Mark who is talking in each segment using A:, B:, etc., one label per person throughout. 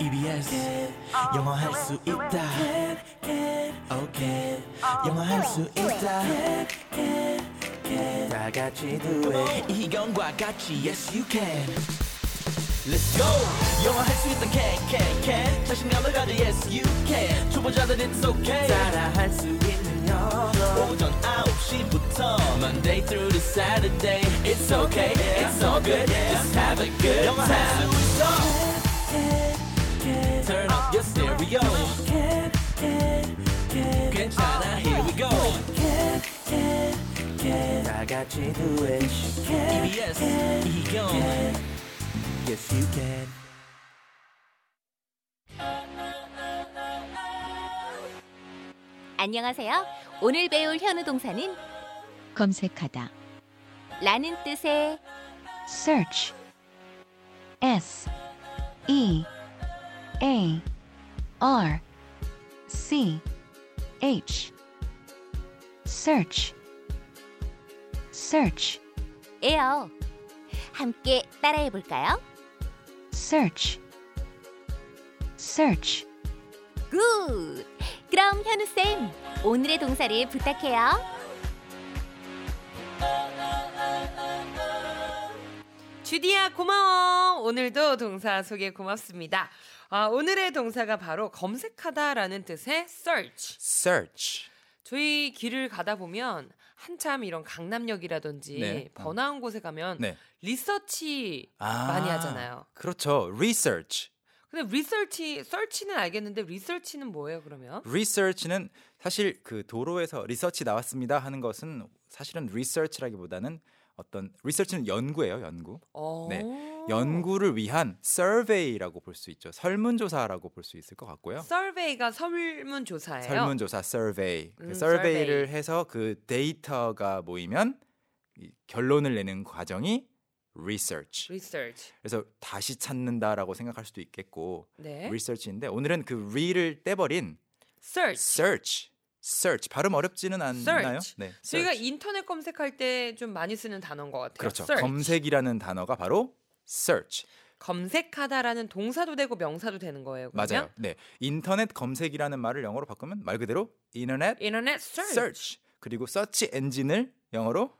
A: EBS 영어 할 수 있다 오케이 영어 할 수 있다 다 같이 do it 이희경과 같이 yes you can Let's go 영어 할 수 있다 can can can 자신감을 가져 yes you can 초보자들 it's okay 따라 할 수 있는 영어 오전 9시부터 Monday through to Saturday It's okay it's all good just have a good time 영어 할수 있어 Turn up your stereo. 괜찮아, here we go. 다 같이 do it. EBS, 이경. Yes, you can.
B: 안녕하세요. 오늘 배울 현우 동사는
C: 검색하다
B: 라는 뜻의
C: search S E A R C H search search
B: 에요. 함께 따라해 볼까요?
C: search search
B: 굿. 그럼 현우 쌤, 오늘의 동사를 부탁해요.
D: 주디야 고마워. 오늘도 동사 소개 고맙습니다. 아, 오늘의 동사가 바로 검색하다라는 뜻의 search.
E: search.
D: 저희 길을 가다 보면 한참 이런 강남역이라든지
E: 네.
D: 번화한 곳에 가면
E: 네.
D: 리서치
E: 아,
D: 많이 하잖아요.
E: 그렇죠. research.
D: 근데 리서치, 서치는 알겠는데 리서치는 뭐예요 그러면?
E: research는 사실 그 도로에서 리서치 나왔습니다 하는 것은 사실은 research라기보다는 어떤 research는 연구예요, 연구.
D: 어.
E: 네. 연구를 위한 survey라고 볼 수 있죠. 설문조사라고 볼 수 있을 것 같고요.
D: 서베이가 설문조사예요.
E: 설문조사 survey.
D: 음,
E: 그 survey를 해서 그 데이터가 모이면 이 결론을 내는 과정이 research.
D: 리서치.
E: 그래서 다시 찾는다라고 생각할 수도 있겠고
D: 네.
E: research인데 오늘은 그 re를 떼버린
D: search.
E: search, search 발음 어렵지는 않나요?
D: Search.
E: 네,
D: 저희가
E: search.
D: 인터넷 검색할 때 좀 많이 쓰는 단어인 것 같아요.
E: 그렇죠.
D: Search.
E: 검색이라는 단어가 바로 search
D: 검색하다라는 동사도 되고 명사도 되는 거예요. 그러면?
E: 맞아요. 네, 인터넷 검색이라는 말을 영어로 바꾸면 말 그대로 인터넷
D: 인터넷
E: search,
D: search,
E: 그리고 search 엔진을 영어로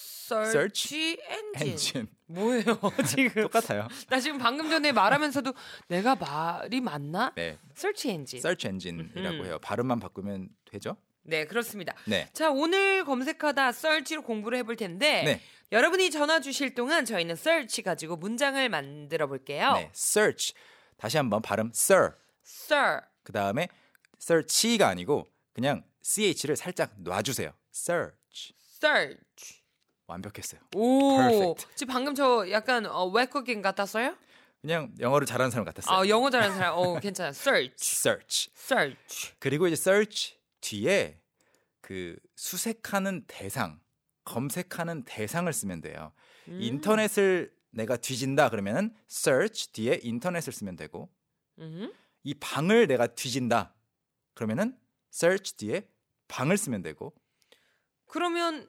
D: search, 엔진.
E: 엔진
D: 뭐예요 지금?
E: 똑같아요.
D: 나 지금 방금 전에 말하면서도 내가 말이 맞나?
E: 네,
D: search 엔진.
E: search 엔진이라고
D: 음흠.
E: 해요. 발음만 바꾸면 되죠?
D: 네 그렇습니다.
E: 네,
D: 자 오늘 검색하다 search로 공부를 해볼 텐데
E: 네,
D: 여러분이 전화 주실 동안 저희는 search 가지고 문장을 만들어 볼게요.
E: 네, search 다시 한번 발음 sir
D: sir,
E: 그 다음에 search가 아니고 그냥 ch를 살짝 놔주세요. search
D: search.
E: 완벽했어요.
D: 오,
E: Perfect.
D: 지금 방금 저 약간 어, 외국인 같았어요?
E: 그냥 영어를 잘하는 사람 같았어요.
D: 아 영어 잘하는 사람, 어 괜찮아. search,
E: search.
D: search.
E: 그리고 이제 search 뒤에 그 수색하는 대상, 검색하는 대상을 쓰면 돼요.
D: 음.
E: 인터넷을 내가 뒤진다 그러면은 search 뒤에 인터넷을 쓰면 되고
D: 음.
E: 이 방을 내가 뒤진다 그러면은 search 뒤에 방을 쓰면 되고
D: 그러면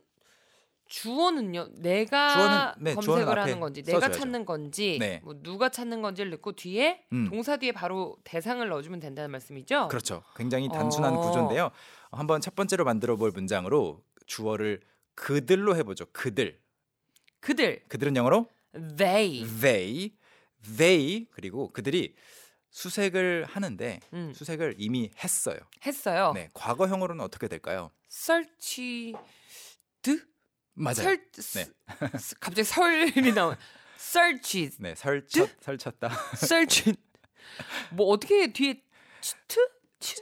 D: 주어는요? 내가
E: 주어는- 네,
D: 검색을
E: 주어는 앞에
D: 하는 건지, 내가
E: 써줘야죠.
D: 찾는 건지,
E: 네.
D: 뭐 누가 찾는 건지를 넣고 뒤에
E: 음.
D: 동사 뒤에 바로 대상을 넣어주면 된다는 말씀이죠?
E: 그렇죠. 굉장히 단순한
D: 어.
E: 구조인데요. 한번 첫 번째로 만들어 볼 문장으로 주어를 그들로 해보죠. 그들.
D: 그들
E: 그들은 영어로
D: they.
E: 음. they, they 그리고 그들이 수색을 하는데
D: 음,
E: 수색을 이미 했어요.
D: 했어요.
E: 네, 과거형으로는 어떻게 될까요?
D: search
E: 네.
D: 드
E: 맞아요.
D: 설
E: 네,
D: 스- 스- 갑자기 설이 나와. search
E: 네, 설쳤 설쳤다.
D: search 뭐 어떻게 뒤에 치트?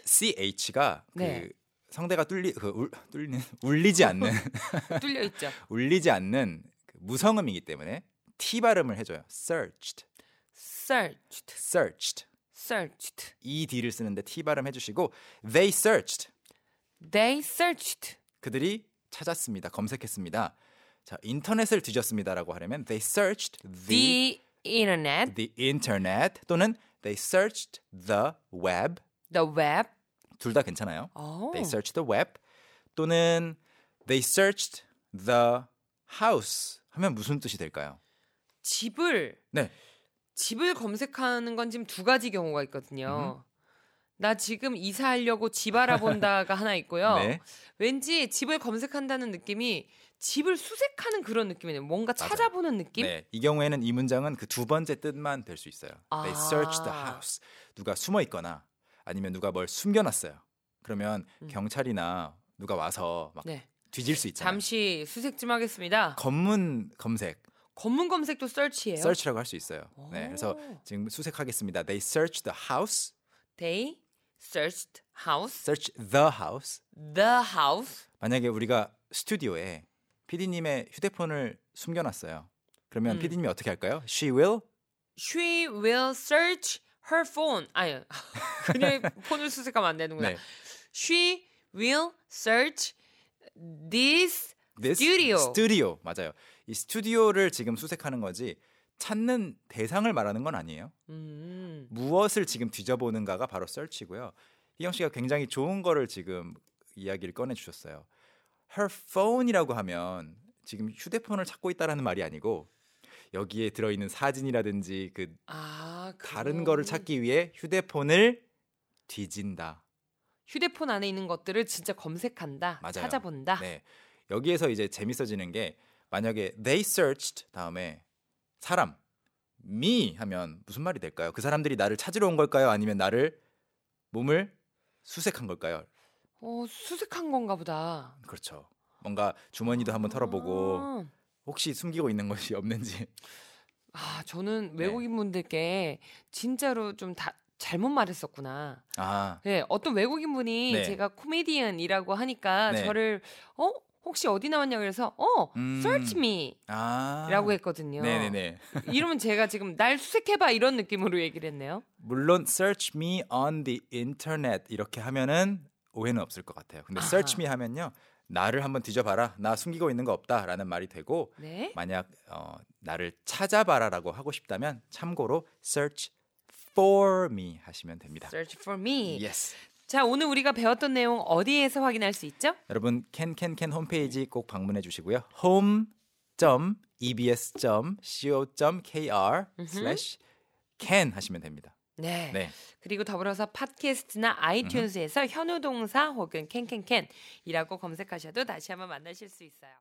E: ch가 그
D: 네.
E: 성대가 뚫리 그 울, 뚫리는 울리지 않는
D: 뚫려 있죠.
E: 울리지 않는 그 무성음이기 때문에 t 발음을 해줘요. searched,
D: searched
E: searched.
D: searched
E: 이 d를 쓰는데 t 발음 해주시고 they searched
D: they searched
E: 그들이 찾았습니다. 검색했습니다. 자, 인터넷을 뒤졌습니다라고 하려면 they searched the
D: the internet,
E: the internet 또는 they searched the web
D: the web.
E: 둘 다 괜찮아요.
D: 어.
E: They searched the web 또는 they searched the house 하면 무슨 뜻이 될까요?
D: 집을
E: 네,
D: 집을 검색하는 건 지금 두 가지 경우가 있거든요. 나 지금 이사하려고 집 알아본다가 하나 있고요.
E: 네.
D: 왠지 집을 검색한다는 느낌이 집을 수색하는 그런 느낌이네요. 뭔가 찾아보는 느낌?
E: 네. 이 경우에는 이 문장은 그 두 번째 뜻만 될 수 있어요. They searched the
D: 아.
E: house. 누가 숨어 있거나 아니면 누가 뭘 숨겨 놨어요. 그러면
D: 음.
E: 경찰이나 누가 와서 막
D: 네.
E: 뒤질 수 있잖아요.
D: 잠시 수색 좀 하겠습니다.
E: 검문 검색,
D: 검문 검색도 썰치예요.
E: search라고 할 수 있어요. 네.
D: 오.
E: 그래서 지금 수색하겠습니다. They searched the house,
D: They searched house,
E: search the house.
D: the house.
E: 만약에 우리가 스튜디오에 PD님의 휴대폰을 숨겨놨어요. 그러면
D: 음.
E: PD님이 어떻게 할까요? She will
D: She will search her phone. 아니, 그녀의 폰을 수색하면 안 되는구나.
E: 네.
D: She will search this.
E: this
D: Studio.
E: 네, 스튜디오 맞아요. 이 스튜디오를 지금 수색하는 거지 찾는 대상을 말하는 건 아니에요.
D: 음,
E: 무엇을 지금 뒤져보는가가 바로 search고요. 희경 씨가 굉장히 좋은 거를 지금 이야기를 꺼내 주셨어요. Her phone이라고 하면 지금 휴대폰을 찾고 있다라는 말이 아니고 여기에 들어있는 사진이라든지 그
D: 아,
E: 다른
D: 그런-
E: 거를 찾기 위해 휴대폰을 뒤진다.
D: 휴대폰 안에 있는 것들을 진짜 검색한다.
E: 맞아요.
D: 찾아본다.
E: 네. 여기에서 이제 재밌어지는 게 만약에 they searched 다음에 사람 me 하면 무슨 말이 될까요? 그 사람들이 나를 찾으러 온 걸까요? 아니면 나를 몸을 수색한 걸까요?
D: 어, 수색한 건가 보다.
E: 그렇죠. 뭔가 주머니도 한번 털어보고
D: 아.
E: 혹시 숨기고 있는 것이 없는지.
D: 아, 저는
E: 네.
D: 외국인 분들께 진짜로 좀 다 잘못 말했었구나.
E: 아,
D: 네, 어떤 외국인 분이
E: 네.
D: 제가 코미디언이라고 하니까
E: 네.
D: 저를 어 혹시 어디 나왔냐 그래서 어
E: 음.
D: search me라고
E: 아.
D: 했거든요.
E: 네네네.
D: 이러면 제가 지금 날 수색해봐 이런 느낌으로 얘기를 했네요.
E: 물론 search me on the internet 이렇게 하면은 오해는 없을 것 같아요. 근데
D: 아하.
E: search me 하면요. 나를 한번 뒤져봐라. 나 숨기고 있는 거 없다라는 말이 되고
D: 네,
E: 만약 어, 나를 찾아봐라라고 하고 싶다면 참고로 search for me 하시면 됩니다.
D: search for me.
E: Yes.
D: 자, 오늘 우리가 배웠던 내용 어디에서 확인할 수 있죠?
E: 여러분 캔캔캔 홈페이지 꼭 방문해 주시고요. home.ebs.co.kr slash can 하시면 됩니다.
D: 네.
E: 네.
D: 그리고 더불어서 팟캐스트나 아이튠즈에서 현우 동사 혹은 캔캔캔이라고 검색하셔도 다시 한번 만나실 수 있어요.